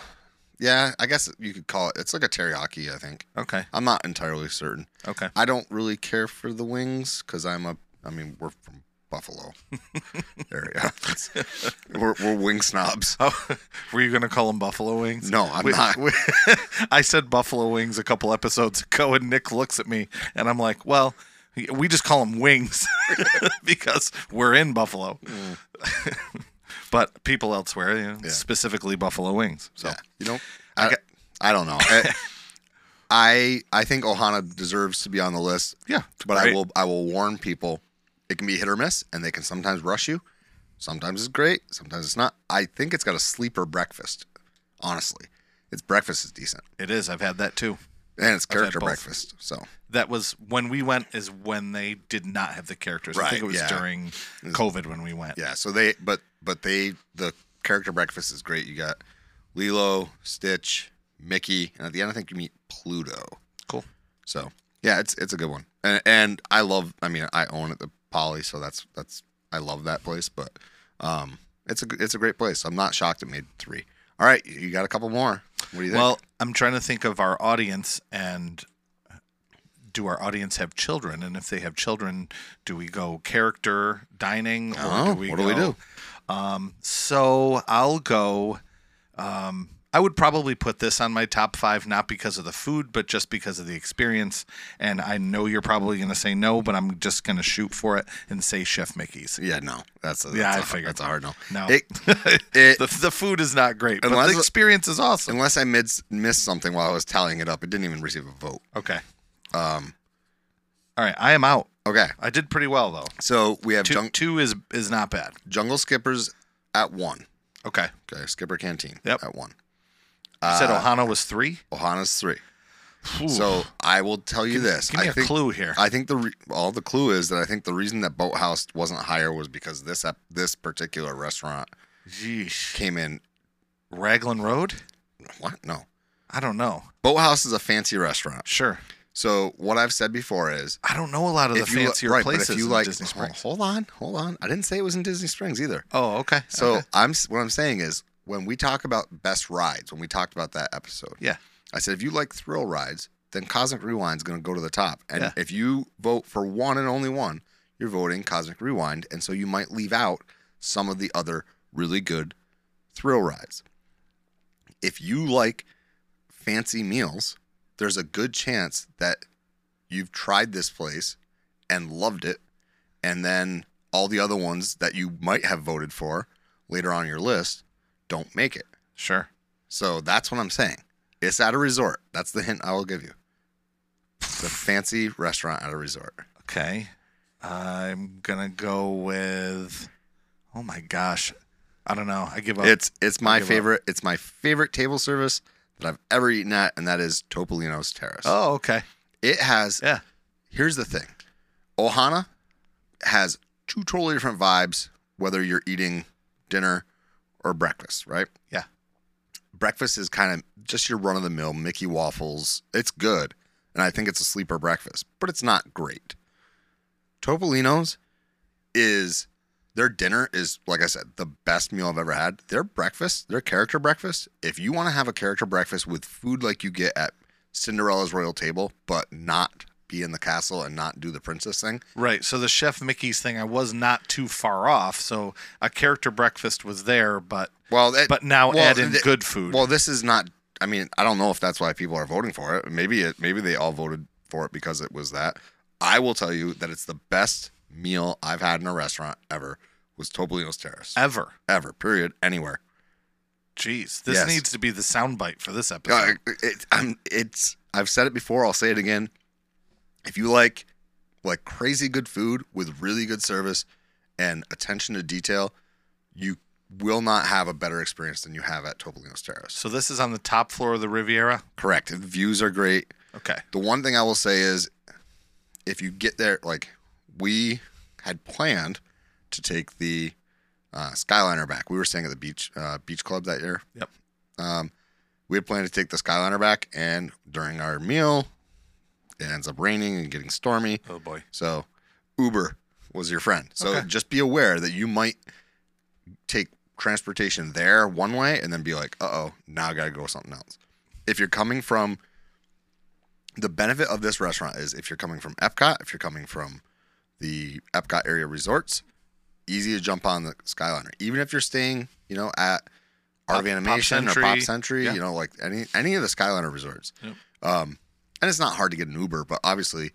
yeah, I guess you could call it. It's like a teriyaki. I think Okay. I'm not entirely certain. Okay. I don't really care for the wings because I'm a. I mean, we're from Buffalo area. we're, we're wing snobs. Oh, were you gonna call them buffalo wings? No, I'm We- not. we- I said buffalo wings a couple episodes ago, and Nick looks at me, and I'm like, "Well, we just call them wings because we're in Buffalo." Mm. but people elsewhere, you know, specifically buffalo wings. So, Yeah, you know, I, I don't know. I, I I think Ohana deserves to be on the list. Yeah, it's but I great. will I will warn people, it can be hit or miss, and they can sometimes rush you. Sometimes it's great, sometimes it's not. I think it's got a sleeper breakfast. Honestly, its breakfast is decent, it is. I've had that too. and it's character both. breakfast. So That was when we went. Is when they did not have the characters. I Right, think it was yeah. during COVID when we went. yeah, so they but but they the character breakfast is great. You got Lilo, Stitch, Mickey, and at the end I think you meet Pluto. Cool. So yeah, it's it's a good one, and and I love. I mean, I own it, the Poly, so that's that's I love that place. But um, it's a g- it's a great place. I'm not shocked it made three. All right, you got a couple more. What do you think? Well, I'm trying to think of our audience and do our audience have children? And if they have children, do we go character dining? Or Oh, what do we do? Um, so I'll go. Um, I would probably put this on my top five, not because of the food, but just because of the experience. And I know you're probably going to say no, but I'm just going to shoot for it and say Chef Mickey's. Yeah, no. That's a, Yeah, that's I a, hard- figured. that's a hard no. No, It- it- the, the food is not great, but Unless- the experience is awesome. unless I mids missed something while I was tallying it up, it didn't even receive a vote. Okay. Um, All right. I am out. okay, I did pretty well though. so we have Two, jung- two is is not bad. Jungle Skippers at one. Okay. Uh, Okay, Skipper Canteen Yep. at one. You said Ohana was three. Ohana's three. Ooh. So I will tell you this. give me I a think clue here. I think the re- all the clue is that I think the reason that Boathouse wasn't higher was because this ep- this particular restaurant Yeesh. came in. Raglan Road? What? No. I don't know. Boathouse is a fancy restaurant. Sure. So what I've said before is I don't know a lot of the if you li- fancier right, but places if you in like, Disney hold, Springs. hold on, hold on. I didn't say it was in Disney Springs either. Oh, okay. So okay. I'm s- what I'm saying is when we talk about best rides, when we talked about that episode, yeah. I said if you like thrill rides, then Cosmic Rewind's going to go to the top. And Yeah. if you vote for one and only one, you're voting Cosmic Rewind, and so you might leave out some of the other really good thrill rides. If you like fancy meals, there's a good chance that you've tried this place and loved it, and then all the other ones that you might have voted for later on your list don't make it. Sure. So that's what I'm saying. It's at a resort. That's the hint I will give you. It's a fancy restaurant at a resort. Okay. I'm gonna go with oh my gosh. I don't know. I give up. It's it's my give up. favorite. It's my favorite table service that I've ever eaten at, and that is Topolino's Terrace. oh, okay. It has. Yeah. Here's the thing, Ohana has two totally different vibes whether you're eating dinner or breakfast, right? Yeah. breakfast is kind of just your run of the mill Mickey waffles. It's good, and I think it's a sleeper breakfast, but it's not great. Topolino's is their dinner is like I said, the best meal I've ever had. Their breakfast, their character breakfast, if you want to have a character breakfast with food like you get at Cinderella's royal table, but not be in the castle and not do the princess thing, Right. So the Chef Mickey's thing, I was not too far off. So a character breakfast was there, but Well, it- But now well, add in th- good food. Well, this is not. I mean, I don't know if that's why people are voting for it. Maybe it. Maybe they all voted for it because it was that. I will tell you that it's the best meal I've had in a restaurant ever. Was Topolino's Terrace ever. ever? Period. Anywhere. Jeez, this Yes. needs to be the soundbite for this episode. Uh, it, I'm, it's. I've said it before. I'll say it again. If you like, like crazy good food with really good service and attention to detail, you will not have a better experience than you have at Topolino's Terrace. So this is on the top floor of the Riviera. Correct. The views are great. Okay. The one thing I will say is if you get there, like we had planned to take the uh, Skyliner back. We were staying at the beach uh, beach club that year. Yep. Um, we had planned to take the Skyliner back, and during our meal, it ends up raining and getting stormy. Oh boy. So Uber was your friend. So Okay. just be aware that you might take transportation there one way and then be like, uh oh, now I gotta go something else. If you're coming from the benefit of this restaurant is if you're coming from Epcot, if you're coming from the Epcot area resorts, easy to jump on the Skyliner. Even if you're staying, you know, at Pop- Art of Pop Animation or Century. Pop Century, Yeah. you know, like any any of the Skyliner resorts. Yep. Um, and it's not hard to get an Uber, but obviously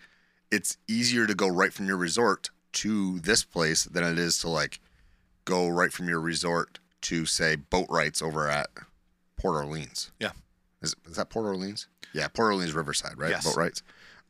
it's easier to go right from your resort to this place than it is to like go right from your resort to say boat rights over at Port Orleans. Yeah. Is, is that Port Orleans? Yeah, Port Orleans Riverside, right? Yes. Boat rights.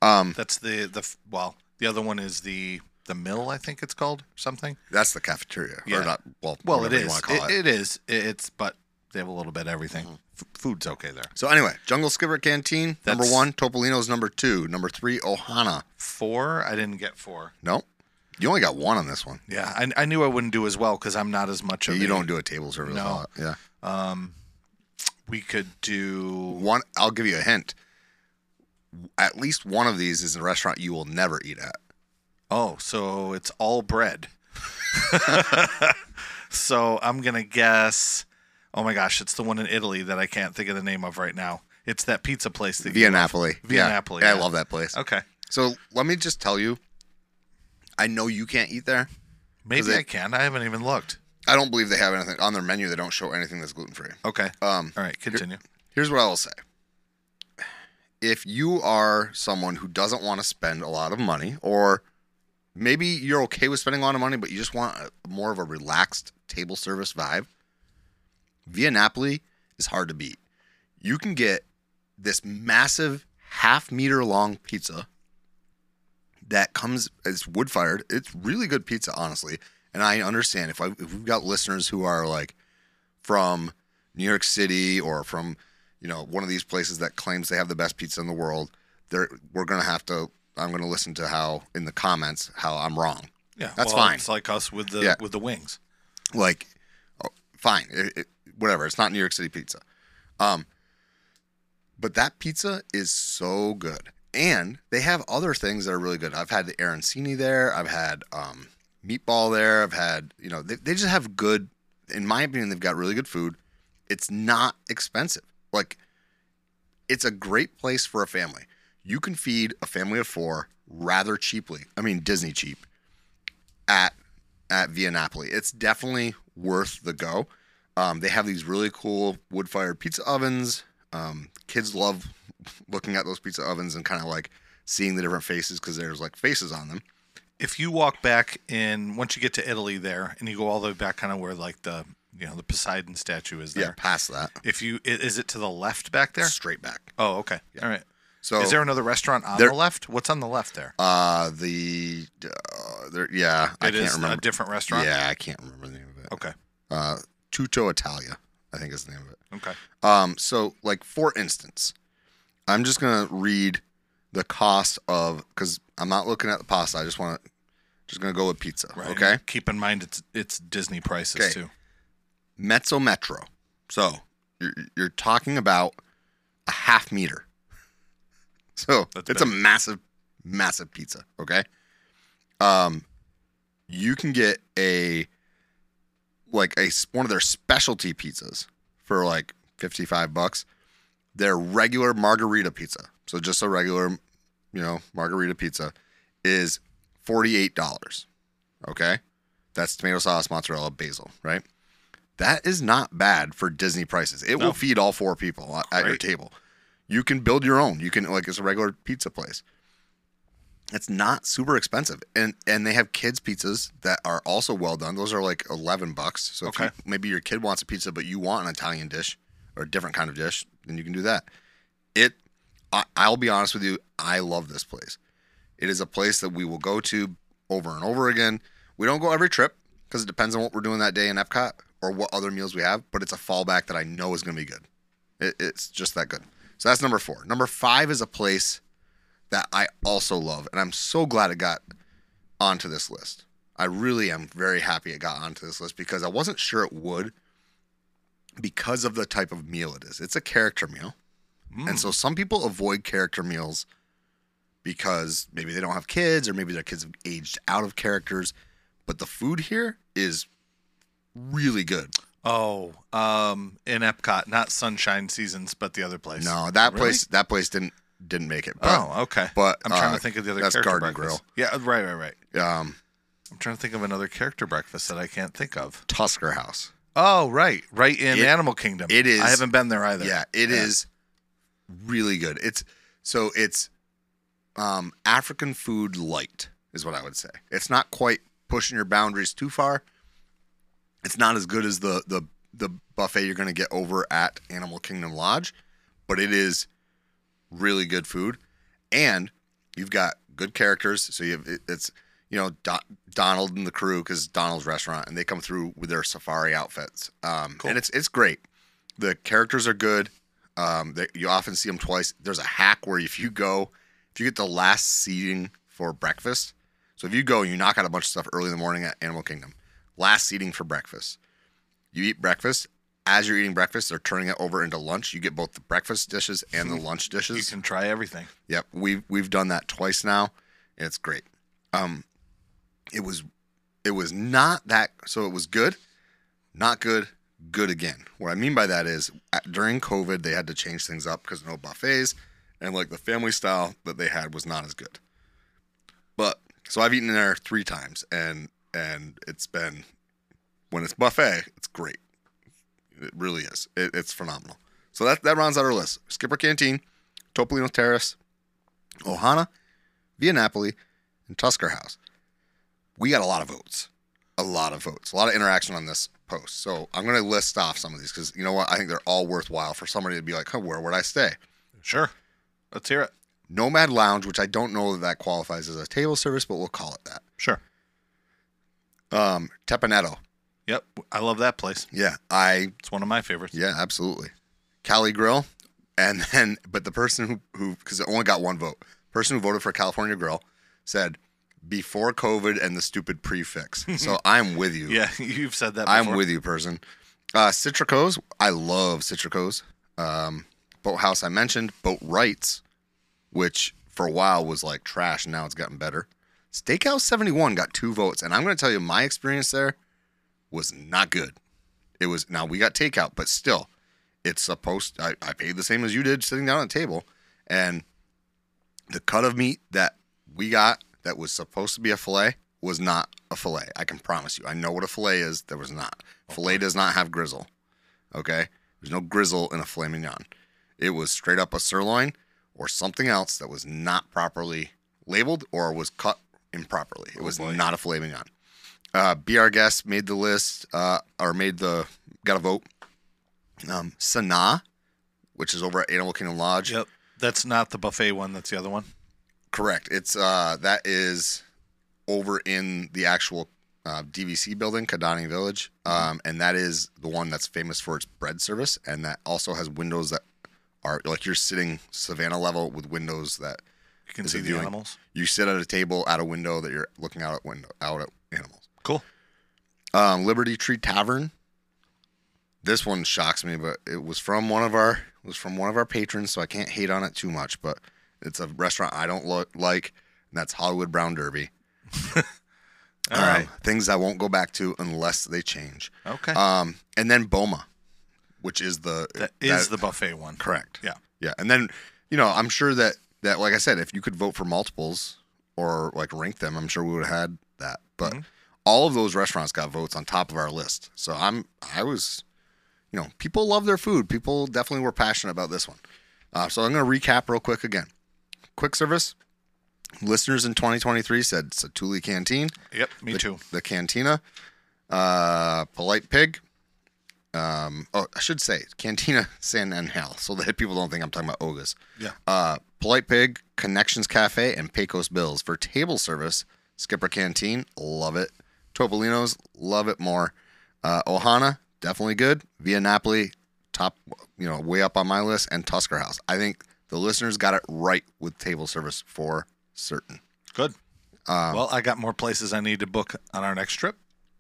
Um, That's the the f- well. The other one is the the mill. I think it's called something. that's the cafeteria. Yeah. Or not, well, Well, it whatever you is. wanna call Mm-hmm. It, it is. It- it's but they have a little bit of everything. F- food's okay there. So anyway, Jungle Skipper Canteen number That's- one, Topolino's number two, number three, Ohana. Four. I didn't get four. No, you only got one on this one. Yeah, I, I knew I wouldn't do as well because I'm not as much of. you a- don't do a table service. No. a lot. Yeah. Um, we could do. One. I'll give you a hint. At least one of these is a restaurant you will never eat at. Oh, so it's all bread. so I'm gonna guess. Oh my gosh, it's the one in Italy that I can't think of the name of right now. It's that pizza place that you Via Napoli. Via Napoli, Yeah, yeah. I love that place. Okay. So let me just tell you, I know you can't eat there. Maybe they- I can. I haven't even looked. I don't believe they have anything on their menu. They don't show anything that's gluten free. Okay. Um, All right. Continue. here's what I will say. If you are someone who doesn't want to spend a lot of money, or maybe you're okay with spending a lot of money, but you just want a, more of a relaxed table service vibe, Via Napoli is hard to beat. You can get this massive half meter long pizza that comes as wood fired. It's really good pizza, honestly. And I understand if, I, if we've got listeners who are like from New York City or from you know one of these places that claims they have the best pizza in the world, they're, we're gonna have to. I'm gonna listen to how in the comments how I'm wrong. Yeah. that's well, fine. It's like us with the Yeah. with the wings. like oh, fine it, it, whatever it's not new york city pizza um but that pizza is so good and they have other things that are really good i've had the arancini there i've had um meatball there i've had you know they, they just have good in my opinion they've got really good food it's not expensive like it's a great place for a family you can feed a family of four rather cheaply i mean disney cheap at at Via Napoli. It's definitely worth the go. Um, they have these really cool wood fired pizza ovens. Um, kids love looking at those pizza ovens and kind of like seeing the different faces because there's like faces on them. If you walk back in once you get to Italy there, and you go all the way back, kind of where like the you know the Poseidon statue is Yeah, there. past that, If you i- is it to the left back there? straight back. Oh, okay. All right. So is there another restaurant on there- the left? What's on the left there? uh, the uh, there, yeah, I It is can't remember. a different restaurant. Yeah, I can't remember the name of it. Okay. Uh, Tutto Italia, I think is the name of it. Okay. Um, so like for instance, I'm just gonna read the cost of because I'm not looking at the pasta. I just want to just gonna go with pizza. Right. Okay, And keep in mind it's it's Disney prices Okay. too. mezzo metro. So you're, you're talking about a half meter. So That's it's a massive, massive pizza. Okay. Um, you can get a like a one of their specialty pizzas for like fifty five bucks. Their regular margarita pizza, so just a regular, you know, margarita pizza, is forty eight dollars. Okay, that's tomato sauce, mozzarella, basil, right? That is not bad for Disney prices. It No. will feed all four people at your Great. table. You can build your own. You can like it's a regular pizza place. It's not super expensive, and and they have kids pizzas that are also well done. Those are like eleven bucks. So if you- Okay. maybe your kid wants a pizza, but you want an Italian dish or a different kind of dish, then you can do that. It, I, I'll be honest with you, I love this place. It is a place that we will go to over and over again. We don't go every trip because it depends on what we're doing that day in Epcot or what other meals we have, but it's a fallback that I know is going to be good. It, it's just that good. So that's number four. Number five is a place that I also love, and I'm so glad it got onto this list. I really am very happy it got onto this list because I wasn't sure it would because of the type of meal it is. It's a character meal. Hmm. And so some people avoid character meals because maybe they don't have kids or maybe their kids have aged out of characters. But the food here is really good. Oh, um, in Epcot, not Sunshine Seasons, but the other place. No, that Really? place that place didn't didn't make it. But, Oh, okay. but I'm trying uh, to think of the other that's character Garden breakfast. Grill. Yeah, right, right, right. Grill. Um, I'm trying to think of another character breakfast that I can't think of. Tusker House. Oh, right, right in It- Animal Kingdom. it is- I haven't been there either. Yeah, it is Yeah. really good. It's so it's um African food light is what I would say. It's not quite pushing your boundaries too far. It's not as good as the the the buffet you're going to get over at Animal Kingdom Lodge, but it is really good food and you've got good characters. So you have, it, it's you know Do- Donald and the crew because Donald's restaurant, and they come through with their safari outfits. Um, Cool. And it's it's great. The characters are good. Um, they, you often see them twice. There's a hack where if you go, if you get the last seating for breakfast, so if you go and you knock out a bunch of stuff early in the morning at Animal Kingdom, last seating for breakfast, you eat breakfast. As you're eating breakfast, they're turning it over into lunch. You get both the breakfast dishes and the lunch dishes. you can try everything. Yep, we've we've done that twice now, and it's great. Um, it was it was not that so it was good, not good, good again. What I mean by that is at- during COVID they had to change things up because no buffets, and like the family style that they had was not as good. But so I've eaten there three times, and and it's been when it's buffet, it's great. It really is. It, it's phenomenal. So that that rounds out our list: Skipper Canteen, Topolino Terrace, Ohana, Via Napoli, and Tusker House. We got a lot of votes, a lot of votes, a lot of interaction on this post. So I'm gonna list off some of these because you know what? I think they're all worthwhile for somebody to be like, "Huh, where would I stay?" Sure. Let's hear it. Nomad Lounge, which I don't know that that qualifies as a table service, but we'll call it that. Sure. Um, Tepanetto. Yep. I love that place. Yeah, I It's one of my favorites. yeah, absolutely. Cali Grill, and then but the person who who because it only got one vote. Person who voted for California Grill said before COVID and the stupid prefix. so I'm with you. Yeah, you've said that before. I'm with you, person. Uh, Citrico's, I love Citrico's. Um, Boathouse, I mentioned. Boat Rights, which for a while was like trash, and now it's gotten better. Steakhouse 71 got two votes, and I'm going to tell you, my experience there was not good. It was now we got takeout, but still, it's supposed. I, I paid the same as you did, sitting down at a table, and the cut of meat that we got that was supposed to be a fillet was not a fillet. I can promise you. I know what a fillet is. There was not. Fillet does not have grizzle. Okay? There's no grizzle in a filet mignon. It was straight up a sirloin or something else that was not properly labeled or was cut improperly. It was not a filet mignon. Uh, Be Our Guest made the list, uh, or made the, got a vote. Um, Sanaa, which is over at Animal Kingdom Lodge. Yep. That's not the buffet one, that's the other one. Correct. It's uh that is over in the actual uh, DVC building, Kadani Village, um, and that is the one that's famous for its bread service, and that also has windows that are like you're sitting savannah level with windows that You can Is see it the viewing? animals. you sit at a table at a window that you're looking out at window out at animals. Cool. Um, Liberty Tree Tavern. This one shocks me, but it was from one of our it was from one of our patrons, so I can't hate on it too much. But it's a restaurant I don't lo- like, and that's Hollywood Brown Derby. All Um, right. Things I won't go back to unless they change. Okay. Um, and then Boma, which is the that is the buffet one. correct. Yeah. Yeah, and then you know I'm sure that that like I said, if you could vote for multiples or like rank them, I'm sure we would have had that. Mm-hmm. But all of those restaurants got votes on top of our list, so I'm I was, you know, people love their food. People definitely were passionate about this one. Uh, so I'm going to recap real quick again. Quick service listeners in 2023 said Satuli Canteen, Yep. Me the, too. the Cantina, uh, Polite Pig. Um, oh, I should say Cantina San Angel, so that people don't think I'm talking about Ogas. Yeah. Uh, Polite Pig, Connections Cafe, and Pecos Bills for table service. Skipper Canteen, love it. Topolino's, love it more. Uh, Ohana, definitely good. Via Napoli, top, you know, way up on my list. And Tusker House. I think the listeners got it right with table service for certain. Good. well, I got more places I need to book on our next trip.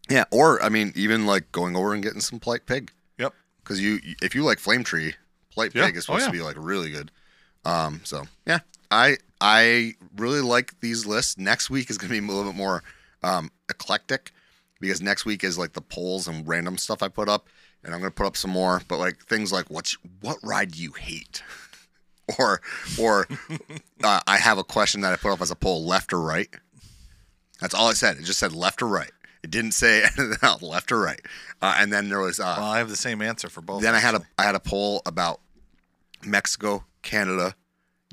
Yeah, or I mean, even like going over and getting some polite pig Yep. because you, if you like flame tree, polite Yeah. pig is Oh, supposed yeah. to be like really good. Um, so yeah, I I really like these lists. Next week is gonna be a little bit more um, eclectic because next week is like the polls and random stuff I put up, and I'm gonna put up some more, but like things like what's what ride do you hate, or or uh, I have a question that I put up as a poll, left or right. That's all it said. It just said left or right. It didn't say anything else, left or right. Uh, and then there was uh, Well, I have the same answer for both. then I had a I had a poll about Mexico, Canada,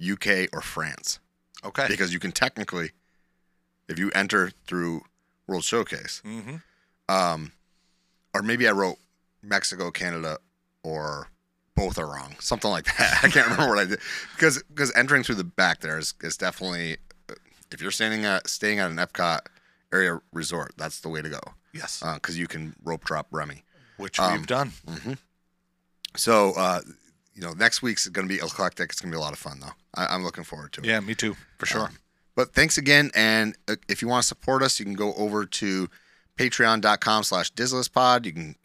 UK, or France okay. because you can technically, if you enter through World Showcase, mm-hmm. um, or maybe I wrote Mexico, Canada, or both are wrong, something like that. I can't remember what I did because because entering through the back there is is definitely uh, if you're standing at staying at an Epcot area resort, that's the way to go Yes, because you can rope drop Remy. which um, we've done. So, uh, you know, next week's going to be eclectic. It's going to be a lot of fun, though. I- I'm looking forward to it. Um, Yeah, me too, Um, for sure. But thanks again. And uh, if you want to support us, you can go over to patreon.com slash dizzlesspod. You can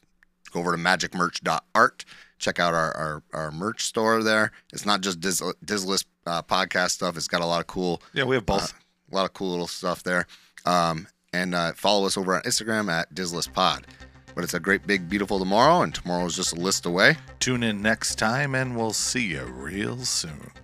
go over to magicmerch.art. Check out our, our, our merch store there. It's not just Diz- Dizzless uh, podcast stuff. It's got a lot of cool yeah, we have both. a lot of cool little stuff there. Um, and uh, follow us over on Instagram at dizzlesspod. But it's a great, big, beautiful tomorrow, and tomorrow is just a list away. Tune in next time, and we'll see you real soon.